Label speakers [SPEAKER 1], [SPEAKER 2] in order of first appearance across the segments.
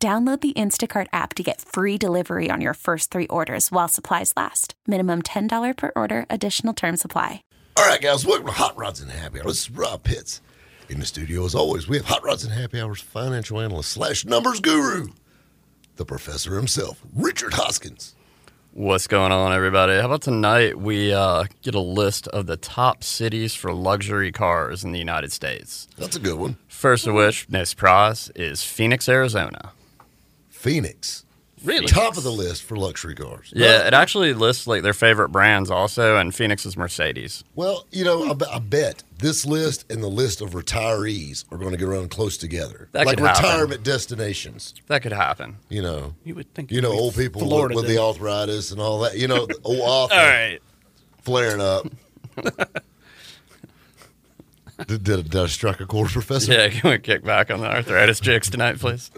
[SPEAKER 1] Download the Instacart app to get free delivery on your first three orders while supplies last. Minimum $10 per order, additional term supply.
[SPEAKER 2] All right, guys, welcome to Hot Rods and Happy Hour. This is Rob Pitts. In the studio, as always, we have Hot Rods and Happy Hours financial analyst slash numbers guru, the professor himself, Richard Hoskins.
[SPEAKER 3] What's going on, everybody? How about tonight we uh, get a list of the top cities for luxury cars in the United States?
[SPEAKER 2] That's a good one.
[SPEAKER 3] First of which, no surprise, is Phoenix, Arizona.
[SPEAKER 2] Phoenix. Really? Top of the list for luxury cars.
[SPEAKER 3] Yeah, it actually lists like their favorite brands also, and Phoenix is Mercedes.
[SPEAKER 2] Well, you know, I, be- I bet this list and the list of retirees are going to get around close together.
[SPEAKER 3] That
[SPEAKER 2] like
[SPEAKER 3] could happen.
[SPEAKER 2] retirement destinations,
[SPEAKER 3] That could happen.
[SPEAKER 2] you know.
[SPEAKER 4] You would think
[SPEAKER 2] You know, old people
[SPEAKER 4] Florida
[SPEAKER 2] with, with the
[SPEAKER 4] then.
[SPEAKER 2] arthritis and all that. You know, the old author
[SPEAKER 3] All right.
[SPEAKER 2] flaring up. did, did, did I strike a chord, Professor?
[SPEAKER 3] Yeah, can we kick back on the arthritis jokes tonight, please?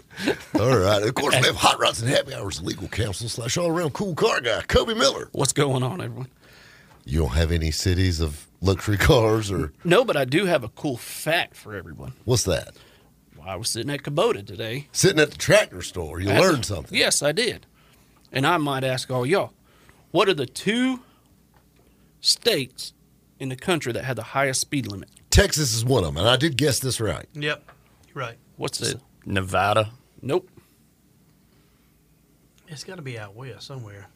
[SPEAKER 2] All right. Of course, we have Hot Rods and Happy Hours legal counsel slash all around cool car guy, Kobe Miller.
[SPEAKER 4] What's going on, everyone?
[SPEAKER 2] You don't have any cities of luxury cars or
[SPEAKER 4] No, but I do have a cool fact for everyone.
[SPEAKER 2] what's that?
[SPEAKER 4] Well, I was sitting at Kubota today.
[SPEAKER 2] Sitting at the tractor store, you learned something.
[SPEAKER 4] Yes, I did. And I might ask all y'all, what are the two states in the country that had the highest speed limit?
[SPEAKER 2] Texas is one of them, and I did guess this right.
[SPEAKER 5] Yep, you're right.
[SPEAKER 4] What's
[SPEAKER 3] Is
[SPEAKER 4] it?
[SPEAKER 3] it Nevada.
[SPEAKER 4] Nope.
[SPEAKER 5] It's got to be out west somewhere.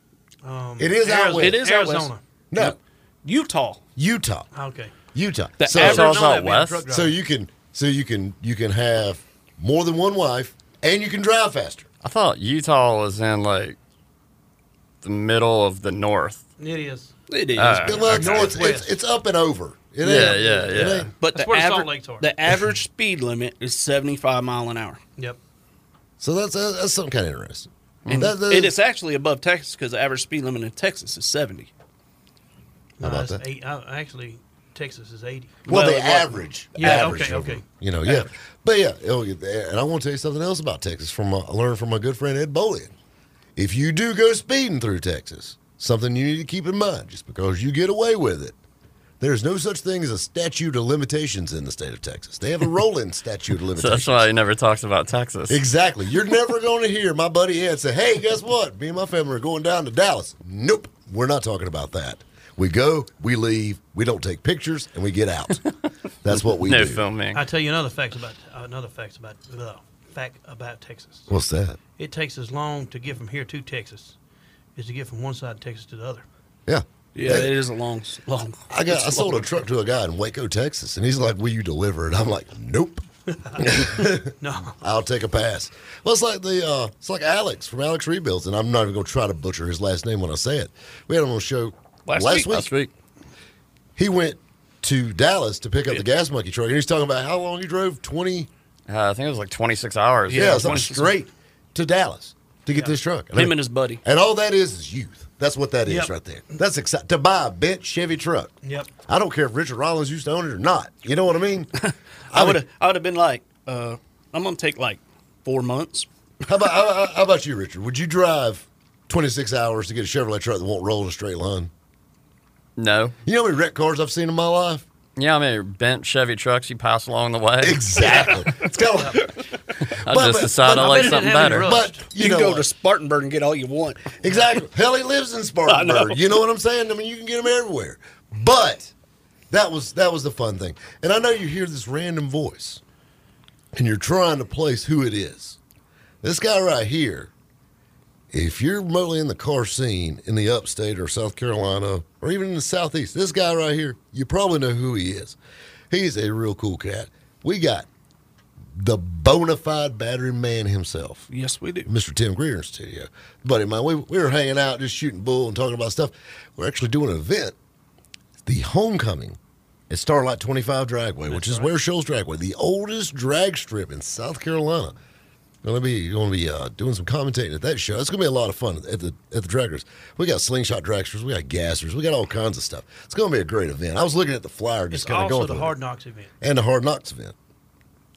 [SPEAKER 5] Um,
[SPEAKER 2] It is out
[SPEAKER 5] Arizona.
[SPEAKER 2] west.
[SPEAKER 4] It is out west.
[SPEAKER 5] Arizona.
[SPEAKER 2] No,
[SPEAKER 4] Utah.
[SPEAKER 2] Utah,
[SPEAKER 5] Okay.
[SPEAKER 2] Utah.
[SPEAKER 4] The
[SPEAKER 2] So,
[SPEAKER 4] average-
[SPEAKER 3] So it's
[SPEAKER 5] Arizona,
[SPEAKER 3] out
[SPEAKER 5] that'd be a
[SPEAKER 3] west?
[SPEAKER 5] truck driver.
[SPEAKER 2] so you can so you can you can have more than one wife, and you can drive faster.
[SPEAKER 3] I thought Utah was in like the middle of the north.
[SPEAKER 5] It is.
[SPEAKER 4] It is.
[SPEAKER 3] Uh,
[SPEAKER 2] Well, it's- it's,
[SPEAKER 5] Northwest.
[SPEAKER 2] it's, it's up and over. It
[SPEAKER 3] Yeah,
[SPEAKER 2] ain't-
[SPEAKER 3] yeah,
[SPEAKER 2] it
[SPEAKER 3] yeah.
[SPEAKER 2] ain't-
[SPEAKER 4] but
[SPEAKER 5] That's
[SPEAKER 4] the,
[SPEAKER 5] where Salt
[SPEAKER 4] aver-
[SPEAKER 5] Lake's are.
[SPEAKER 4] the average speed limit is 75 mile an hour.
[SPEAKER 5] Yep.
[SPEAKER 2] So that's uh, that's that's something kind of interesting.
[SPEAKER 4] And
[SPEAKER 2] That- that-
[SPEAKER 4] it is actually above Texas because the average speed limit in Texas is 70.
[SPEAKER 5] No,
[SPEAKER 2] about
[SPEAKER 5] it's
[SPEAKER 2] that?
[SPEAKER 5] Eight, uh, actually, Texas is 80.
[SPEAKER 2] Well,
[SPEAKER 4] Well,
[SPEAKER 2] the
[SPEAKER 4] it wasn't.
[SPEAKER 2] average.
[SPEAKER 5] Yeah,
[SPEAKER 2] average
[SPEAKER 5] okay,
[SPEAKER 2] of
[SPEAKER 5] okay.
[SPEAKER 2] them, You know, yeah. But yeah, it'll get there. and I want to tell you something else about Texas from my, I learned from my good friend Ed Bolian. If you do go speeding through Texas, something you need to keep in mind, just because you get away with it, there's no such thing as a statute of limitations in the state of Texas. They have a rolling statute of
[SPEAKER 3] So
[SPEAKER 2] limitations.
[SPEAKER 3] that's why he never talks about Texas.
[SPEAKER 2] Exactly. You're never going to hear my buddy Ed say, "Hey, guess what? Me and my family are going down to Dallas." Nope, we're not talking about that. We go, we leave, we don't take pictures, and we get out. That's what we
[SPEAKER 3] no
[SPEAKER 2] do.
[SPEAKER 3] filming.
[SPEAKER 5] I tell you another fact about another fact about uh, fact about Texas.
[SPEAKER 2] What's that?
[SPEAKER 5] It takes as long to get from here to Texas as to get from one side of Texas to the other.
[SPEAKER 2] Yeah.
[SPEAKER 4] Yeah, it is a long, long.
[SPEAKER 2] I got.
[SPEAKER 4] it's
[SPEAKER 2] I sold a
[SPEAKER 4] long.
[SPEAKER 2] truck to a guy in Waco, Texas, and he's like, "Will you deliver it?" I'm like, "Nope,
[SPEAKER 5] No,
[SPEAKER 2] I'll take a pass." Well, it's like the uh, it's like Alex from Alex Rebuilds, and I'm not even going to try to butcher his last name when I say it. We had him on the show last, week.
[SPEAKER 3] Last week.
[SPEAKER 2] He went to Dallas to pick up the gas monkey truck, and he's talking about how long he drove twenty.
[SPEAKER 3] Uh, I think it was like 26 hours.
[SPEAKER 2] Yeah, it's
[SPEAKER 4] 20
[SPEAKER 2] like straight to Dallas to get this truck.
[SPEAKER 4] Him and his buddy.
[SPEAKER 2] And all that is is youth. That's what that is
[SPEAKER 5] Yep.
[SPEAKER 2] right there. That's exciting to buy a bent Chevy truck.
[SPEAKER 5] Yep.
[SPEAKER 2] I don't care if Richard Rollins used to own it or not. You know what I mean?
[SPEAKER 4] I
[SPEAKER 2] mean,
[SPEAKER 4] would have. I would have been like, uh, I'm gonna take like four months.
[SPEAKER 2] How about how, how- how about you, Richard? Would you drive 26 hours to get a Chevrolet truck that won't roll in a straight line?
[SPEAKER 3] No.
[SPEAKER 2] You know how many wrecked cars I've seen in my life?
[SPEAKER 3] Yeah, I mean, bent Chevy trucks you pass along the way.
[SPEAKER 2] Exactly. it's kind of like,
[SPEAKER 3] I
[SPEAKER 2] But-
[SPEAKER 3] just
[SPEAKER 2] but-
[SPEAKER 3] decided
[SPEAKER 2] but-
[SPEAKER 3] I
[SPEAKER 2] I
[SPEAKER 3] like
[SPEAKER 5] bet it
[SPEAKER 3] something
[SPEAKER 5] didn't have
[SPEAKER 3] better.
[SPEAKER 5] any rough-
[SPEAKER 2] but you,
[SPEAKER 4] You, can
[SPEAKER 2] know
[SPEAKER 4] go
[SPEAKER 2] what?
[SPEAKER 4] to Spartanburg and get all you want.
[SPEAKER 2] Exactly. Hell, he lives in Spartanburg. you know what I'm saying? I mean, you can get him everywhere. But that was that was the fun thing. And I know you hear this random voice, and you're trying to place who it is. This guy right here. If you're mostly in the car scene in the upstate or South Carolina or even in the southeast, this guy right here, you probably know who he is. He's a real cool cat. We got the bona fide battery man himself.
[SPEAKER 4] Yes, we do.
[SPEAKER 2] Mr. Tim Greer in studio. Buddy of mine, we, we were hanging out, just shooting bull and talking about stuff. We're actually doing an event, the homecoming at Starlight 25 Dragway, which is where Shoals Dragway, the oldest drag strip in South Carolina. Gonna be gonna be uh, doing some commentating at that show. It's gonna be a lot of fun at the at the Dragsters. We got slingshot dragsters, we got gassers, we got all kinds of stuff. It's gonna be a great event. I was looking at the flyer,
[SPEAKER 5] It's
[SPEAKER 2] just kind of
[SPEAKER 5] also
[SPEAKER 2] going
[SPEAKER 5] the
[SPEAKER 2] through it.
[SPEAKER 5] hard knocks event.
[SPEAKER 2] and the hard knocks event.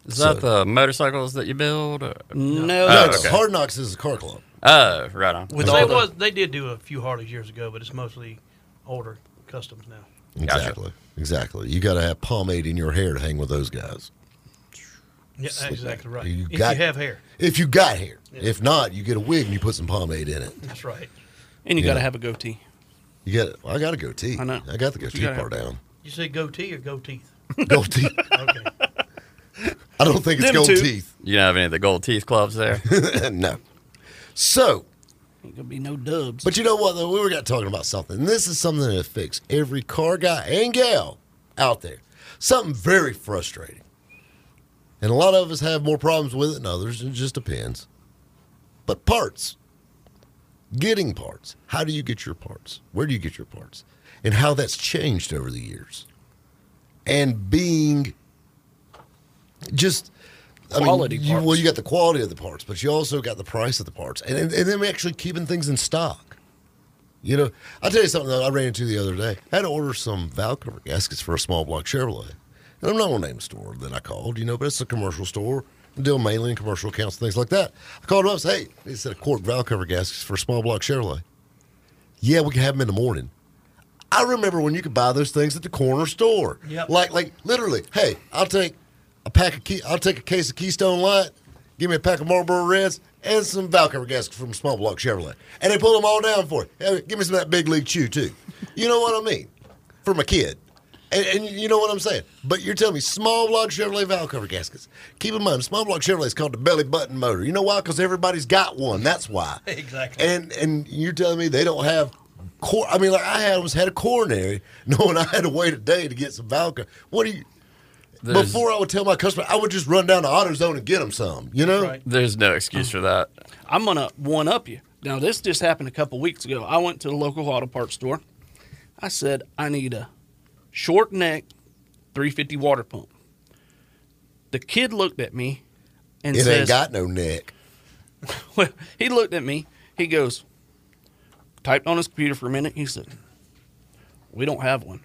[SPEAKER 3] Is
[SPEAKER 2] So-
[SPEAKER 3] that the motorcycles that you build? or-
[SPEAKER 4] No, Oh,
[SPEAKER 5] Oh,
[SPEAKER 2] No,
[SPEAKER 4] that's
[SPEAKER 2] it's
[SPEAKER 3] okay.
[SPEAKER 2] hard knocks is a car club.
[SPEAKER 3] Oh, right on.
[SPEAKER 4] with
[SPEAKER 5] So
[SPEAKER 4] all
[SPEAKER 5] it
[SPEAKER 4] the,
[SPEAKER 5] was, they did do a few Harleys years ago, but it's mostly older customs now.
[SPEAKER 3] Gotcha.
[SPEAKER 2] Exactly, exactly. You got to have pomade in your hair to hang with those guys.
[SPEAKER 5] Yeah,
[SPEAKER 2] Slick back.
[SPEAKER 5] exactly right.
[SPEAKER 2] You
[SPEAKER 5] if
[SPEAKER 2] got-
[SPEAKER 5] you have hair,
[SPEAKER 2] If you got hair, if not, you get a wig and you put some pomade in it.
[SPEAKER 5] that's right.
[SPEAKER 4] and you
[SPEAKER 2] Yeah.
[SPEAKER 4] got to have a goatee.
[SPEAKER 2] You got. Well, I got a goatee.
[SPEAKER 4] I know.
[SPEAKER 2] I got the goatee
[SPEAKER 4] gotta
[SPEAKER 2] part down.
[SPEAKER 5] You say goatee or goat teeth?
[SPEAKER 2] Goatee.
[SPEAKER 5] Okay.
[SPEAKER 2] I don't think it's
[SPEAKER 4] Them
[SPEAKER 2] gold
[SPEAKER 4] two.
[SPEAKER 2] teeth.
[SPEAKER 3] You don't have any of the gold teeth clubs there?
[SPEAKER 2] no. So,
[SPEAKER 4] Ain't gonna be no dubs.
[SPEAKER 2] but you know what? Though we were talking about something. And this is something that affects every car guy and gal out there. Something very frustrating. And a lot of us have more problems with it than others. It just depends. But parts, getting parts. How do you get your parts? Where do you get your parts? And how that's changed over the years. And being just I
[SPEAKER 4] Quality
[SPEAKER 2] mean, you- well,
[SPEAKER 4] parts.
[SPEAKER 2] you got the quality of the parts, but you also got the price of the parts, and and, and then actually keeping things in stock. You know, I'll tell you something that I ran into the other day. I had to order some valve cover gaskets for a small block Chevrolet. And I'm not going to name the store that I called, you know, but it's a commercial store. I deal mainly in commercial accounts and things like that. I called them up and said, hey, they said a quart valve cover gaskets for a small block Chevrolet. Yeah, we can have them in the morning. I remember when you could buy those things at the corner store.
[SPEAKER 5] Yep.
[SPEAKER 2] Like, like literally, hey, I'll take a pack of key, I'll take a case of Keystone Light, give me a pack of Marlboro Reds, and some Valkyrie gaskets from Small Block Chevrolet, and they pull them all down for you. Hey, give me some of that Big League Chew too. You know what I mean? For my kid. And, and you know what I'm saying, but you're telling me small block Chevrolet valve cover gaskets. Keep in mind, small block Chevrolet's called the belly button motor. You know why? Because everybody's got one. That's why.
[SPEAKER 5] Exactly.
[SPEAKER 2] And and you're telling me they don't have cor I mean, like I had almost had a coronary, knowing I had to wait a day to get some Valka. What do you?
[SPEAKER 3] There's-
[SPEAKER 2] Before I would tell my customer, I would just run down to AutoZone and get them some. You know,
[SPEAKER 5] Right.
[SPEAKER 3] There's no excuse for that.
[SPEAKER 4] I'm gonna one up you. Now this just happened a couple weeks ago. I went to the local auto parts store. I said I need a short neck, 350 water pump. The kid looked at me and
[SPEAKER 2] it
[SPEAKER 4] says,
[SPEAKER 2] ain't got no neck.
[SPEAKER 4] Well, he looked at me. He goes, typed on his computer for a minute. He said, We don't have one.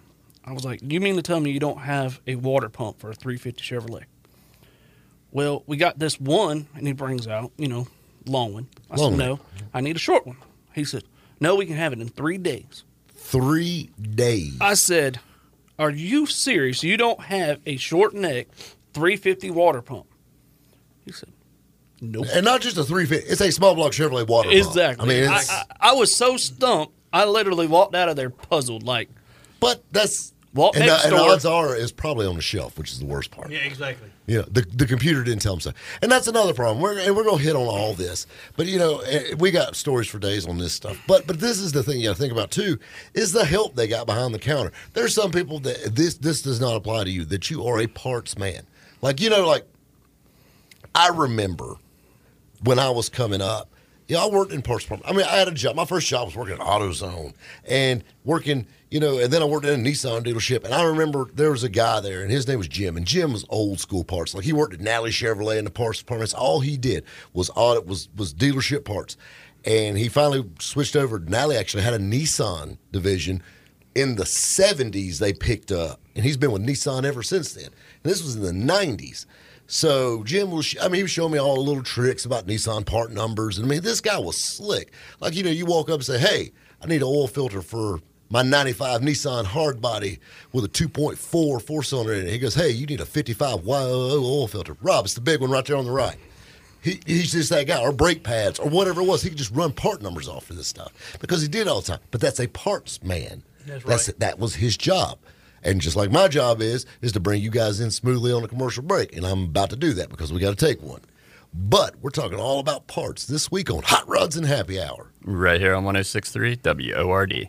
[SPEAKER 4] I was like, You mean to tell me you don't have a water pump for a 350 Chevrolet? Well, we got this one, and he brings out, you know, long one. I
[SPEAKER 2] Long one.
[SPEAKER 4] said, No, I need a short one. He said, No, we can have it in three days.
[SPEAKER 2] Three days.
[SPEAKER 4] I said, Are you serious? You don't have a short neck 350 water pump? He said, Nope.
[SPEAKER 2] and not just a three fifty. It's a small block Chevrolet water. pump.
[SPEAKER 4] Exactly.
[SPEAKER 2] Uh-huh. I mean,
[SPEAKER 4] I,
[SPEAKER 2] it's,
[SPEAKER 4] I, I was so stumped. I literally walked out of there puzzled. Like,
[SPEAKER 2] but that's
[SPEAKER 4] Walt
[SPEAKER 2] and,
[SPEAKER 4] next
[SPEAKER 2] the- and
[SPEAKER 4] door-
[SPEAKER 2] odds are it's probably on the shelf, which is the worst part.
[SPEAKER 5] Yeah, exactly.
[SPEAKER 2] You know, the, the computer didn't tell them so. And that's another problem. We're, and we're going to hit on all this. But, you know, eh, we got stories for days on this stuff. But but this is the thing you got to think about, too, is the help they got behind the counter. There's some people that this, this does not apply to you, that you are a parts man. Like, you know, like I remember when I was coming up. Yeah, I worked in parts department. I mean, I had a job. My first job was working at AutoZone and working, you know, and then I worked at a Nissan dealership. And I remember there was a guy there, and his name was Jim. And Jim was old school parts. Like he worked at Nally Chevrolet in the parts department. That's all he did was audit was was dealership parts. And he finally switched over. Nally actually had a Nissan division in the 70s they picked up and he's been with nissan ever since then and this was in the 90s so jim was i mean he was showing me all the little tricks about nissan part numbers and i mean this guy was slick like you know you walk up and say hey i need an oil filter for my 95 nissan hard body with a 2.4 four cylinder in it he goes hey you need a 55 yoo oil filter rob it's the big one right there on the right he, he's just that guy, or brake pads, or whatever it was. He could just run part numbers off for this stuff because he did it all the time. But that's a parts man.
[SPEAKER 5] That's right.
[SPEAKER 2] that was his job, and just like my job is, is to bring you guys in smoothly on a commercial break, and I'm about to do that because we got to take one. But we're talking all about parts this week on Hot Rods and Happy Hour.
[SPEAKER 3] Right here on 1063 WORD.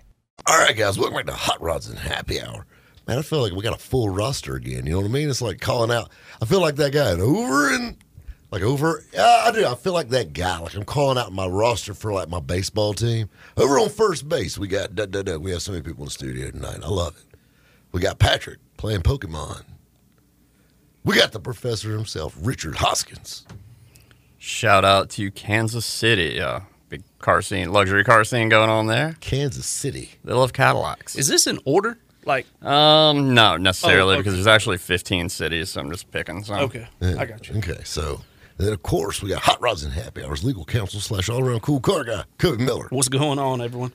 [SPEAKER 2] All right, guys, welcome back to Hot Rods and Happy Hour. Man, I feel like we got a full roster again. You know what I mean? It's like calling out. I feel like that guy at over and like over. Yeah, I do. I feel like that guy. Like I'm calling out my roster for like my baseball team. Over on first base, we got da da da. We have so many people in the studio tonight. I love it. We got Patrick playing Pokemon. We got the professor himself, Richard Hoskins.
[SPEAKER 3] Shout out to Kansas City. Uh, big car scene, luxury car scene going on there.
[SPEAKER 2] Kansas City.
[SPEAKER 3] They love Cadillacs.
[SPEAKER 4] Is this an order? Like,
[SPEAKER 3] Um, no, necessarily
[SPEAKER 4] Oh, okay.
[SPEAKER 3] because there's actually 15 cities, so I'm just picking some.
[SPEAKER 4] okay, I got you.
[SPEAKER 2] Okay, so then of course we got Hot Rods and Happy Hours legal counsel slash all around cool car guy Cody Miller,
[SPEAKER 4] What's going on, everyone?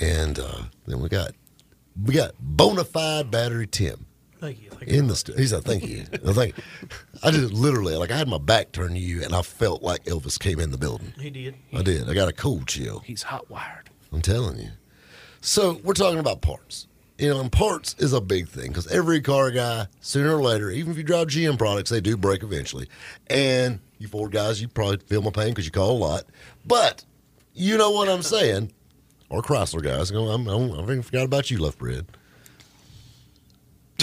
[SPEAKER 2] and uh, then we got we got bona fide battery Tim
[SPEAKER 5] Thank you. Thank you.
[SPEAKER 2] in the studio. He's like, thank you, I think I just literally like I had my back turned to you, and I felt like Elvis came in the building.
[SPEAKER 5] He did.
[SPEAKER 2] I did. I got a cold chill.
[SPEAKER 4] He's hot wired.
[SPEAKER 2] I'm telling you. So we're talking about parts. You know, and parts is a big thing because every car guy, sooner or later, even if you drive GM products, they do break eventually. And you Ford guys, you probably feel my pain because you call a lot. But you know what I'm saying, or Chrysler guys. you know, I'm, I'm, I even forgot about you, Left Bread.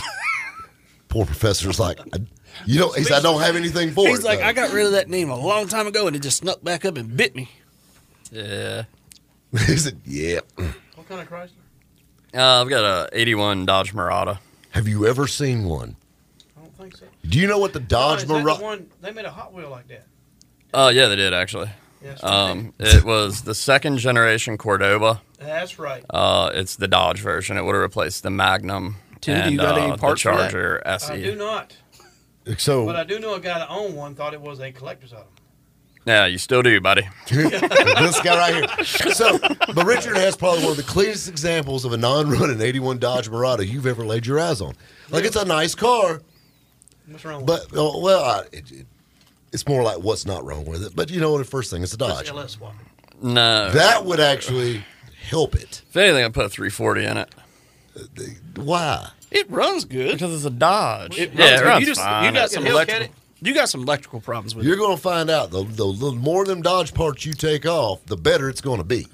[SPEAKER 2] Poor professor's like, I, you know, he's, I don't have anything for
[SPEAKER 4] He's
[SPEAKER 2] it.
[SPEAKER 4] like,
[SPEAKER 2] though.
[SPEAKER 4] I got rid of that name a long time ago, and it just snuck back up and bit me.
[SPEAKER 3] Yeah.
[SPEAKER 2] he said, yeah.
[SPEAKER 5] What kind of Chrysler?
[SPEAKER 3] Uh, I've got a 81 Dodge Murata.
[SPEAKER 2] Have you ever seen one?
[SPEAKER 5] I don't think so. Oh,
[SPEAKER 2] Do you know what the Dodge
[SPEAKER 5] Is that the
[SPEAKER 2] Mirage?
[SPEAKER 5] one- They made a Hot Wheel like that.
[SPEAKER 3] Oh, yeah, they did actually.
[SPEAKER 5] Yes.
[SPEAKER 3] Um, it was the second generation Cordoba.
[SPEAKER 5] That's right.
[SPEAKER 3] Uh, it's the Dodge version. It would have replaced the Magnum
[SPEAKER 4] Tim, do
[SPEAKER 3] and
[SPEAKER 4] you got
[SPEAKER 3] uh,
[SPEAKER 4] any
[SPEAKER 3] the
[SPEAKER 4] parts for that? Uh,
[SPEAKER 3] Charger E.
[SPEAKER 5] I do
[SPEAKER 3] SE.
[SPEAKER 5] not,
[SPEAKER 2] So
[SPEAKER 5] but I do know a guy that owned one. Thought it was a collector's item.
[SPEAKER 3] Yeah, you still do, buddy.
[SPEAKER 2] this guy right here. So, but Richard has probably one of the cleanest examples of a non-running '81 Dodge Murata you've ever laid your eyes on. Like it's a nice car,
[SPEAKER 5] What's wrong?
[SPEAKER 2] but oh, well, I, it, it, it's more like what's not wrong with it. But you know what? The first thing it's a
[SPEAKER 5] with it?
[SPEAKER 2] Dodge.
[SPEAKER 5] It's LS swap.
[SPEAKER 3] No.
[SPEAKER 2] That would actually help it.
[SPEAKER 3] if anything, I put a 340 in it.
[SPEAKER 2] Why?
[SPEAKER 4] It runs good.
[SPEAKER 3] Because it's a Dodge.
[SPEAKER 4] It runs
[SPEAKER 3] yeah, it
[SPEAKER 4] good.
[SPEAKER 3] runs
[SPEAKER 4] you just
[SPEAKER 3] fine.
[SPEAKER 4] you got
[SPEAKER 3] It's-
[SPEAKER 4] some
[SPEAKER 5] Hellcat
[SPEAKER 4] electrical. You got some electrical problems with
[SPEAKER 2] You're
[SPEAKER 4] it.
[SPEAKER 2] going to find out. The, the, the more of them Dodge parts you take off, the better it's going to be.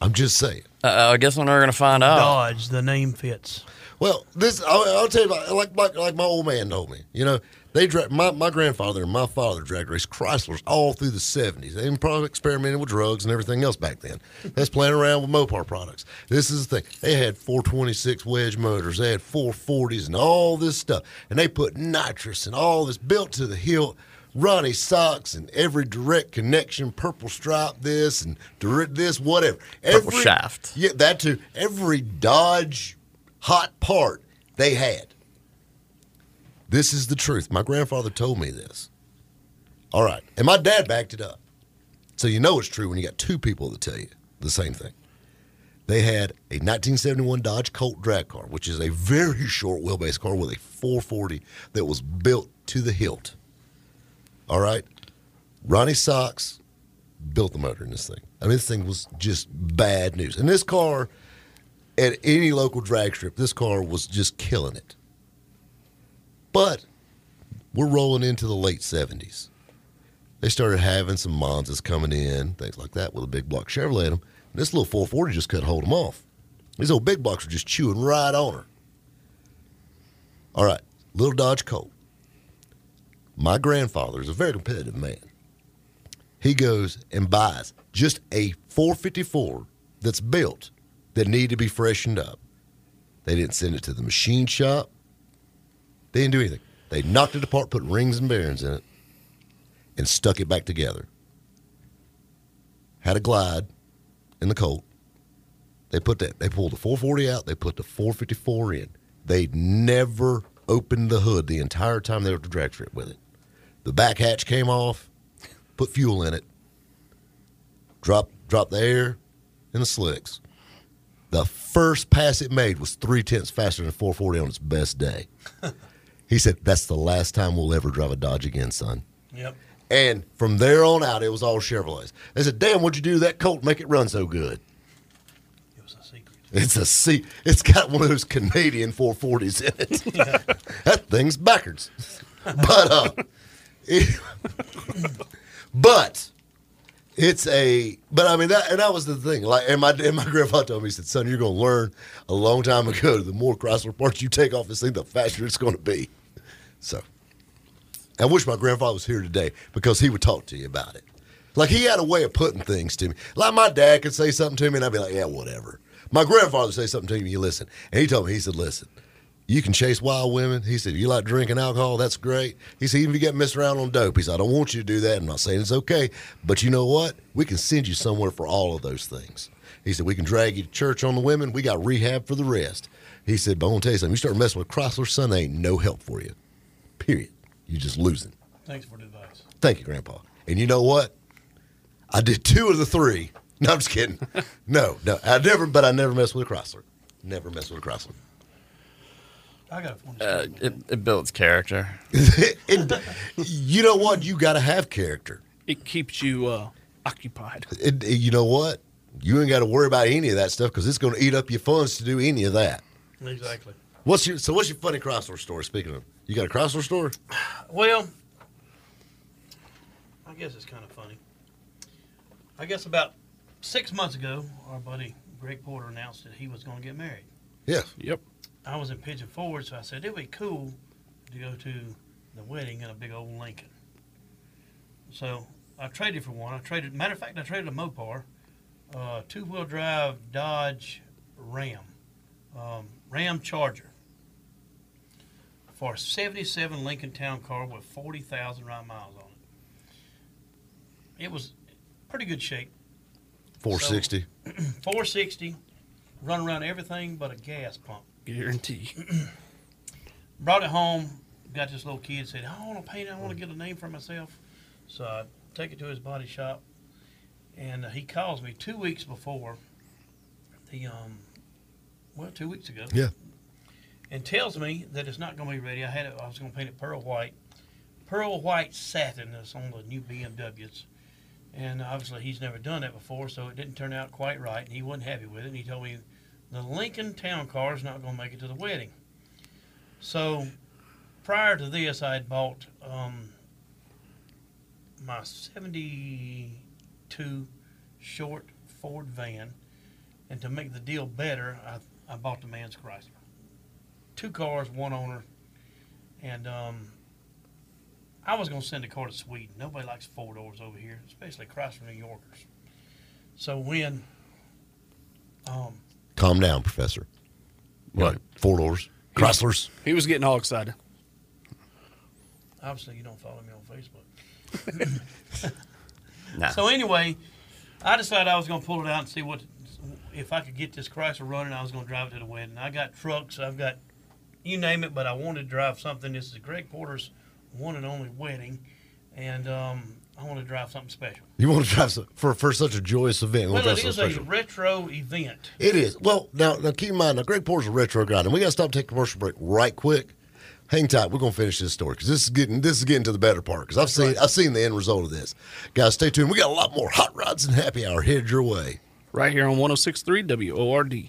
[SPEAKER 2] I'm just saying.
[SPEAKER 3] uh, I guess we're never going to find out.
[SPEAKER 5] Dodge. The name fits.
[SPEAKER 2] Well, this I'll, I'll tell you about like my, like my old man told me. You know, they dra- my my grandfather and my father drag raced Chryslers all through the seventies. They even probably experimented with drugs and everything else back then. That's playing around with Mopar products. This is the thing. They had four twenty six wedge motors. They had four forties and all this stuff. And they put nitrous and all this built to the hilt. Ronnie socks and every direct connection, purple stripe this and direct this, whatever.
[SPEAKER 3] Purple
[SPEAKER 2] Every-
[SPEAKER 3] shaft.
[SPEAKER 2] yeah, that too. Every Dodge hot part they had. This is the truth. My grandfather told me this. All right. And my dad backed it up. So you know it's true when you got two people that tell you the same thing. They had a 1971 Dodge Colt drag car, which is a very short wheelbase car with a 440 that was built to the hilt. All right. Ronnie Socks, built the motor in this thing. I mean, this thing was just bad news. And this car, at any local drag strip, this car was just killing it. But we're rolling into the late 70s. They started having some Monzas coming in, things like that, with a big block Chevrolet in them. And this little 440 just couldn't hold them off. These old big blocks were just chewing right on her. All right, little Dodge Colt. My grandfather is a very competitive man he goes and buys just a 454 that's built that need to be freshened up. They didn't send it to the machine shop. They didn't do anything. They knocked it apart, put rings and bearings in it, and stuck it back together. Had a glide in the Colt. They put that. They pulled the 440 out. They put the 454 in. They never opened the hood the entire time they were at the drag strip with it. The back hatch came off put fuel in it, drop drop the air in the slicks. The first pass it made was three tenths faster than 440 on its best day. he said, "That's the last time we'll ever drive a Dodge again, son."
[SPEAKER 5] Yep.
[SPEAKER 2] And from there on out, it was all Chevrolets. They said, "Damn, what'd you do to that Colt? Make it run so good?"
[SPEAKER 5] It was a secret.
[SPEAKER 2] It's a C. It's got one of those Canadian 440s in it. that thing's backwards. But uh, It- but it's a but I mean that and that was the thing. Like and my and my grandpa told me he said, "Son, you're gonna learn a long time ago. The more Chrysler parts you take off this thing, the faster it's gonna be." So I wish my grandfather was here today because he would talk to you about it. Like he had a way of putting things to me. Like my dad could say something to me and I'd be like, "Yeah, whatever." My grandfather would say something to me, you listen, and he told me he said, "Listen." You can chase wild women. He said, if you like drinking alcohol, that's great. He said, even if you get messed around on dope, he said, I don't want you to do that. I'm not saying it's okay, but you know what? We can send you somewhere for all of those things. He said, we can drag you to church on the women. We got rehab for the rest. He said, but I'm going to tell you something. You start messing with Chrysler, son, they ain't no help for you. Period. You're just losing.
[SPEAKER 5] Thanks for the advice.
[SPEAKER 2] Thank you, Grandpa. And you know what? I did two of the three. No, I'm just kidding. no, no. I never, but I never messed with a Chrysler. Never messed with a Chrysler.
[SPEAKER 5] I got a phone.
[SPEAKER 3] Uh, it, it builds character.
[SPEAKER 2] And you know what? You got to have character.
[SPEAKER 4] It keeps you uh, occupied.
[SPEAKER 2] It, it- you know what? You ain't got to worry about any of that stuff because it's going to eat up your funds to do any of that.
[SPEAKER 5] Exactly.
[SPEAKER 2] What's your so? What's your funny crossover story? Speaking of, you got a crossover store?
[SPEAKER 5] Well, I guess it's kind of funny. I guess about six months ago, our buddy Greg Porter announced that he was going to get married.
[SPEAKER 2] Yeah.
[SPEAKER 4] Yep.
[SPEAKER 5] I was in Pigeon Forge, so I said it'd be cool to go to the wedding in a big old Lincoln. So I traded for one. I traded. Matter of fact, I traded a Mopar, uh, two-wheel drive Dodge Ram, um, Ram Charger, for a '77 Lincoln Town Car with forty thousand ride miles on it. It was pretty good shape.
[SPEAKER 2] Four sixty.
[SPEAKER 5] 460, run around everything but a gas pump.
[SPEAKER 4] Guarantee.
[SPEAKER 5] brought it home, got this little kid, said, I want to paint it, I want to get a name for myself. So I take it to his body shop, and uh, he calls me two weeks before the, um, well, two weeks ago.
[SPEAKER 2] Yeah.
[SPEAKER 5] And tells me that it's not going to be ready. I had it, I was going to paint it pearl white. Pearl white satin that's on the new BMWs. And obviously, he's never done that before, so it didn't turn out quite right, and he wasn't happy with it. And he told me the Lincoln Town Car is not going to make it to the wedding. So, prior to this, I had bought um, my '72 short Ford van, and to make the deal better, I, I bought the man's Chrysler. Two cars, one owner, and um, I was going to send the car to Sweden. Nobody likes four doors over here, especially Chrysler New Yorkers. So when um,
[SPEAKER 2] Calm down, Professor. What? Four doors. Chryslers.
[SPEAKER 4] He was getting all excited.
[SPEAKER 5] obviously you don't follow me on Facebook.
[SPEAKER 2] Ah.
[SPEAKER 3] Nah.
[SPEAKER 5] So anyway, I decided I was going to pull it out and see what if I could get this Chrysler running. I was going to drive it to the wedding. I got trucks. I've got you name it, but I wanted to drive something. This is Greg Porter's one and only wedding, and um, I want to drive something special.
[SPEAKER 2] You want to drive some, for for such a joyous event? you wanna
[SPEAKER 5] Well, it
[SPEAKER 2] drive
[SPEAKER 5] is
[SPEAKER 2] something
[SPEAKER 5] a
[SPEAKER 2] special.
[SPEAKER 5] retro event.
[SPEAKER 2] It is. Well, now, now keep in mind, now Greg Porter's a retro guy, and we got to stop take a commercial break right quick. Hang tight. We're gonna finish this story because this is getting this is getting to the better part because I've seen I've seen the end result of this. Guys, stay tuned. We got a lot more hot rods and happy hour headed your way.
[SPEAKER 4] Right here on 1063 WORD.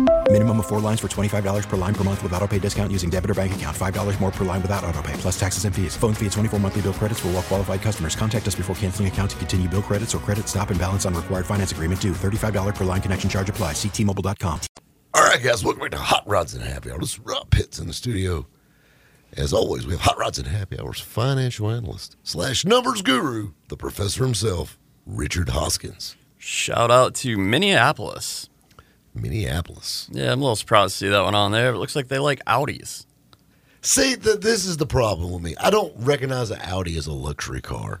[SPEAKER 6] Minimum of four lines for $25 per line per month with auto pay discount using debit or bank account. $5 more per line without auto pay, plus taxes and fees. Phone fee at 24 monthly bill credits for all qualified customers. Contact us before canceling account to continue bill credits or credit stop and balance on required finance agreement due. $35 per line connection charge applies. Ctmobile.com.
[SPEAKER 2] All right, guys, welcome back to Hot Rods and Happy Hour. This is Rob Pitts in the studio. As always, we have Hot Rods and Happy Hours financial analyst slash numbers guru, the professor himself, Richard Hoskins,
[SPEAKER 3] Shout out to Minneapolis.
[SPEAKER 2] Minneapolis.
[SPEAKER 3] Yeah, I'm a little surprised to see that one on there. It looks like they like Audis.
[SPEAKER 2] See, th- this is the problem with me. I don't recognize an Audi as a luxury car.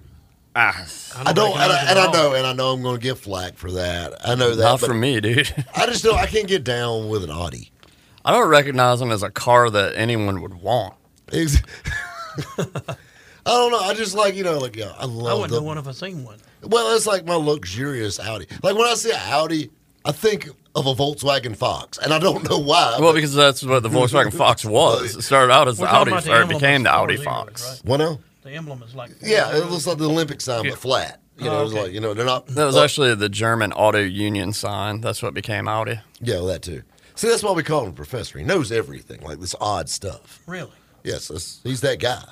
[SPEAKER 3] Ah,
[SPEAKER 2] I don't, and, I,
[SPEAKER 5] recognize it
[SPEAKER 2] and
[SPEAKER 5] at
[SPEAKER 2] I
[SPEAKER 5] all.
[SPEAKER 2] know, and I know I'm going to get flack for that. I know that.
[SPEAKER 3] not
[SPEAKER 2] but
[SPEAKER 3] for me, dude.
[SPEAKER 2] I just don't. I can't get down with an Audi.
[SPEAKER 3] I don't recognize them as a car that anyone would want.
[SPEAKER 2] Ex- I don't know. I just like you know, like yeah, I
[SPEAKER 5] I
[SPEAKER 2] love
[SPEAKER 5] wouldn't
[SPEAKER 2] the.
[SPEAKER 5] know one if I seen one.
[SPEAKER 2] well, it's like my luxurious Audi. Like when I see an Audi, I think of a Volkswagen Fox, and I don't know why.
[SPEAKER 3] Well, because that's what the Volkswagen Fox was. It started out as
[SPEAKER 5] We're
[SPEAKER 3] the
[SPEAKER 5] talking
[SPEAKER 3] Audi,
[SPEAKER 5] about the
[SPEAKER 3] or it
[SPEAKER 5] emblem
[SPEAKER 3] became the
[SPEAKER 5] of
[SPEAKER 3] Audi
[SPEAKER 5] Ford Zebras,
[SPEAKER 3] Fox.
[SPEAKER 2] what now?
[SPEAKER 5] The emblem is like
[SPEAKER 2] Yeah, it looks like the Olympic sign, but flat. You know,
[SPEAKER 5] Oh,
[SPEAKER 2] it was
[SPEAKER 5] okay.
[SPEAKER 2] like you know they're not.
[SPEAKER 3] That was
[SPEAKER 2] uh,
[SPEAKER 3] actually the German auto union sign. That's what became Audi.
[SPEAKER 2] Yeah, well, that too. See, that's why we call him Professor. He knows everything, like this odd stuff.
[SPEAKER 5] Really?
[SPEAKER 2] Yes, that's, he's that guy.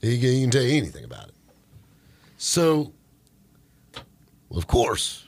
[SPEAKER 2] He, can- he can tell you anything about it. So, well, of course.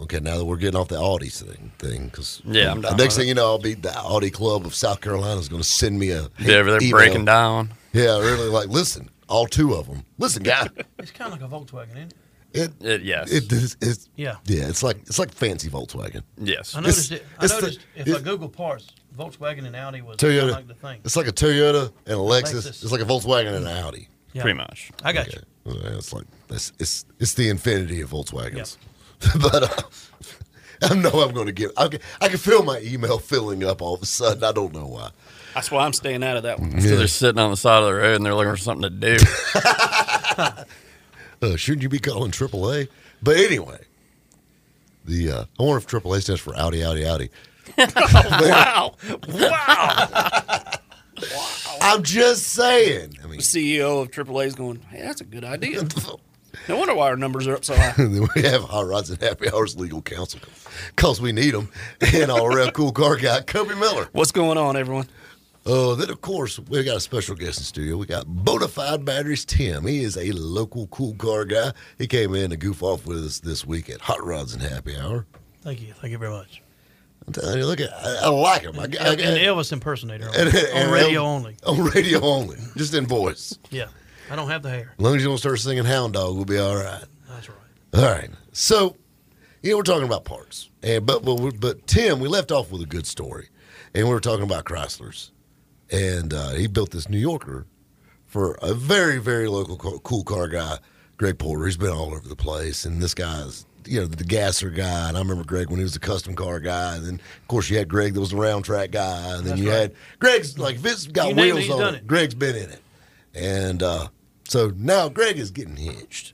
[SPEAKER 2] Okay, now that we're getting off the Audi thing, thing because
[SPEAKER 3] Yeah, I'm
[SPEAKER 2] the
[SPEAKER 3] down
[SPEAKER 2] next
[SPEAKER 3] with
[SPEAKER 2] thing you know, I'll be the Audi Club of South Carolina is going to send me a
[SPEAKER 3] Yeah, they're
[SPEAKER 2] email.
[SPEAKER 3] breaking down.
[SPEAKER 2] Yeah, really. Like, listen, all two of them. Listen, guy.
[SPEAKER 5] It's kind of like a Volkswagen, isn't it?
[SPEAKER 2] It,
[SPEAKER 3] It- yes.
[SPEAKER 2] It, it's, it's,
[SPEAKER 5] Yeah.
[SPEAKER 2] Yeah. It's like it's like fancy Volkswagen.
[SPEAKER 3] Yes.
[SPEAKER 5] I noticed
[SPEAKER 2] It's-
[SPEAKER 5] it. I
[SPEAKER 2] it's the-
[SPEAKER 5] noticed if I
[SPEAKER 2] it's
[SPEAKER 5] Google parts, Volkswagen and Audi was kinda
[SPEAKER 2] Toyota.
[SPEAKER 5] like the thing.
[SPEAKER 2] It's like a Toyota and a Lexus.
[SPEAKER 5] Lexus.
[SPEAKER 2] It's like a Volkswagen and an Audi.
[SPEAKER 5] Yeah. Pretty much. I got you.
[SPEAKER 2] Yeah, It's like it's, it's it's the infinity of Volkswagens. but uh, I know I'm going to get. I can, I can feel my email filling up all of a sudden. I don't know why.
[SPEAKER 4] That's why I'm staying out of that one.
[SPEAKER 3] So they're sitting on the side of the road and they're looking for something to do.
[SPEAKER 2] Uh, shouldn't you be calling AAA? But anyway, the uh, I wonder if AAA stands for Audi, Audi, Audi.
[SPEAKER 4] wow. Wow.
[SPEAKER 2] I'm just saying. I mean,
[SPEAKER 4] CEO E of AAA is going, hey, that's a good idea. No wonder why our numbers are up so high.
[SPEAKER 2] then we have hot rods and happy hours legal counsel because we need them. And all around cool car guy, Kobe Miller.
[SPEAKER 4] What's going on, everyone?
[SPEAKER 2] Oh, then of course we got a special guest in studio. We got Bonafide Batteries Tim. He is a local cool car guy. He came in to goof off with us this week at Hot Rods and Happy Hour.
[SPEAKER 5] Thank you. Thank you very much.
[SPEAKER 2] I'm telling you, look at I, I like him. I,
[SPEAKER 5] An,
[SPEAKER 2] I,
[SPEAKER 5] an Elvis impersonator on, on radio only.
[SPEAKER 2] On radio only, just in voice.
[SPEAKER 5] Yeah. I don't have the hair.
[SPEAKER 2] As long as you don't start singing Hound Dog, we'll be all right.
[SPEAKER 5] That's right.
[SPEAKER 2] All right. So, you know, we're talking about parts, and but but, we- but Tim, we left off with a good story, and we were talking about Chrysler's, and uh, he built this New Yorker for a very very local co- cool car guy, Greg Porter. He's been all over the place, and this guy's you know the gasser guy, and I remember Greg when he was a custom car guy, and then of course you had Greg that was the round track guy, and then
[SPEAKER 5] That's
[SPEAKER 2] you
[SPEAKER 5] right.
[SPEAKER 2] had Greg's like if it's got
[SPEAKER 5] You name it,
[SPEAKER 2] wheels
[SPEAKER 5] he's
[SPEAKER 2] on
[SPEAKER 5] done
[SPEAKER 2] it.
[SPEAKER 5] it.
[SPEAKER 2] Greg's been in it, and uh, so now Greg is getting hitched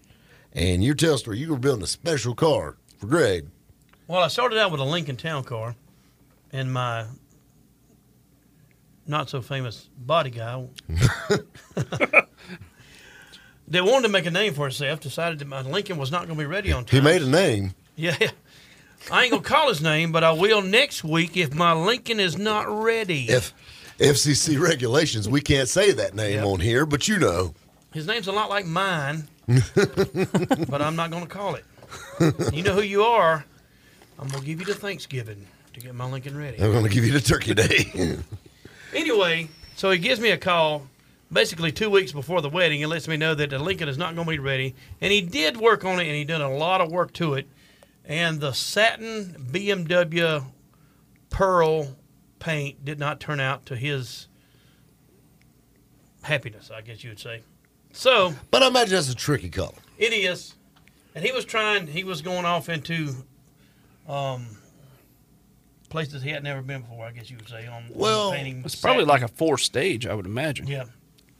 [SPEAKER 2] and your tell story, you were building a special car for Greg.
[SPEAKER 5] Well, I started out with a Lincoln Town Car, and my not so famous body guy that wanted to make a name for himself decided that my Lincoln was not going to be ready on time.
[SPEAKER 2] He made a name.
[SPEAKER 5] Yeah. I ain't gonna call his name, but I will next week if my Lincoln is not ready.
[SPEAKER 2] If FCC regulations, we can't say that name
[SPEAKER 5] Yep.
[SPEAKER 2] on here, but you know,
[SPEAKER 5] His name's a lot like mine, but I'm not gonna call it. You know who you are. I'm gonna give you the Thanksgiving to get my Lincoln ready.
[SPEAKER 2] I'm going to give you the turkey day.
[SPEAKER 5] Anyway, so he gives me a call basically two weeks before the wedding and lets me know that the Lincoln is not going to be ready. And he did work on it and he did a lot of work to it. And the satin BMW pearl paint did not turn out to his happiness, I guess you would say. So
[SPEAKER 2] but I imagine that's a tricky color.
[SPEAKER 5] it is. And he was trying, he was going off into um, places he had never been before, I guess you would say, on, on
[SPEAKER 4] Well,
[SPEAKER 5] painting.
[SPEAKER 4] it's probably
[SPEAKER 5] satin.
[SPEAKER 4] like a four stage, I would imagine.
[SPEAKER 5] Yeah.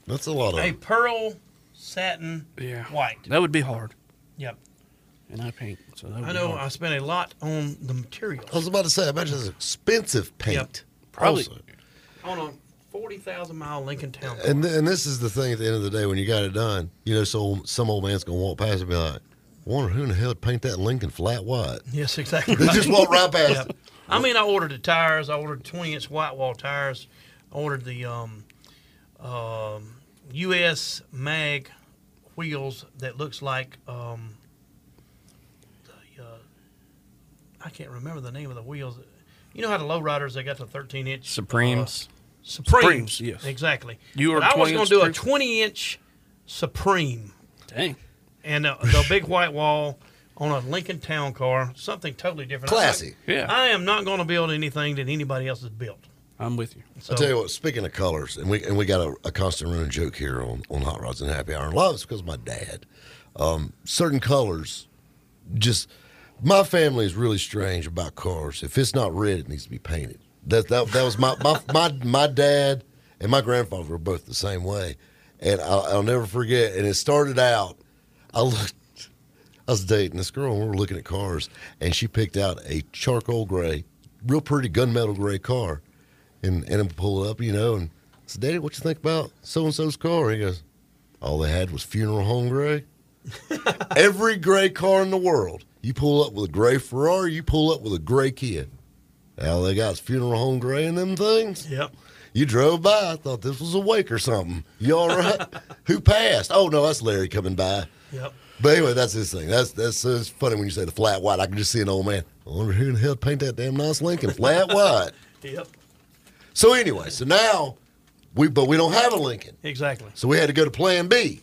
[SPEAKER 2] That's a lot of.
[SPEAKER 5] A pearl satin
[SPEAKER 4] Yeah.
[SPEAKER 5] white.
[SPEAKER 4] That would be hard.
[SPEAKER 5] Yep.
[SPEAKER 4] And I paint. So that would
[SPEAKER 5] I
[SPEAKER 4] be
[SPEAKER 5] know
[SPEAKER 4] hard.
[SPEAKER 5] I spent a lot on the material.
[SPEAKER 2] I was about to say, I imagine it's expensive paint.
[SPEAKER 4] Probably.
[SPEAKER 2] also.
[SPEAKER 5] On a 40,000 mile Lincoln Town. Car.
[SPEAKER 2] And, th- and this is the thing at the end of the day, when you got it done, you know, so some old man's going to walk past and be like, wonder who in the hell paint that Lincoln flat white?
[SPEAKER 5] yes, exactly.
[SPEAKER 2] They just walk right past
[SPEAKER 5] Yep. I mean, I ordered the tires. I ordered 20 inch white wall tires. I ordered the um, um, U.S. mag wheels that looks like um, the, uh, I can't remember the name of the wheels. You know how the lowriders they got the 13 inch
[SPEAKER 3] Supremes.
[SPEAKER 5] Supremes,
[SPEAKER 4] Supremes, yes.
[SPEAKER 5] exactly.
[SPEAKER 4] You
[SPEAKER 5] But
[SPEAKER 4] were
[SPEAKER 5] I
[SPEAKER 4] 20
[SPEAKER 5] was going
[SPEAKER 4] inch
[SPEAKER 5] to do a
[SPEAKER 4] Supreme?
[SPEAKER 5] 20 inch Supreme
[SPEAKER 4] Dang.
[SPEAKER 5] and uh, the big white wall on a Lincoln Town Car, something totally different. I'm like,
[SPEAKER 2] Classy.
[SPEAKER 4] Yeah.
[SPEAKER 5] I am not going to build anything that anybody else has built.
[SPEAKER 4] I'm with you.
[SPEAKER 5] So,
[SPEAKER 2] I'll tell you what, speaking of colors, and we and we got a, a constant running joke here on, on Hot Rods and Happy Hour, and a lot of it's because of my dad. Um, certain colors just my family is really strange about cars. If it's not red, it needs to be painted. That that, that was my, my my my dad and my grandfather were both the same way, and I'll, I'll never forget. And it started out, I looked. I was dating this girl, and we were looking at cars, and she picked out a charcoal gray, real pretty gunmetal gray car, and and I pulled up, you know, and I said, "Daddy, what you think about so and so's car?" He goes, All they had was funeral home gray. Every gray car in the world. You pull up with a gray Ferrari, you pull up with a gray Kia. All they got is funeral home gray and them things.
[SPEAKER 5] Yep.
[SPEAKER 2] You drove by, I thought this was a wake or something. You all right? Who passed? Oh no, that's Larry coming by.
[SPEAKER 5] Yep.
[SPEAKER 2] But anyway, that's his thing. That's that's it's funny when you say the flat white. I can just see an old man. I wonder who in the hell paint that damn nice Lincoln flat white.
[SPEAKER 5] Yep.
[SPEAKER 2] So anyway, so now we but we don't have a Lincoln,
[SPEAKER 5] Exactly.
[SPEAKER 2] so we had to go to Plan B.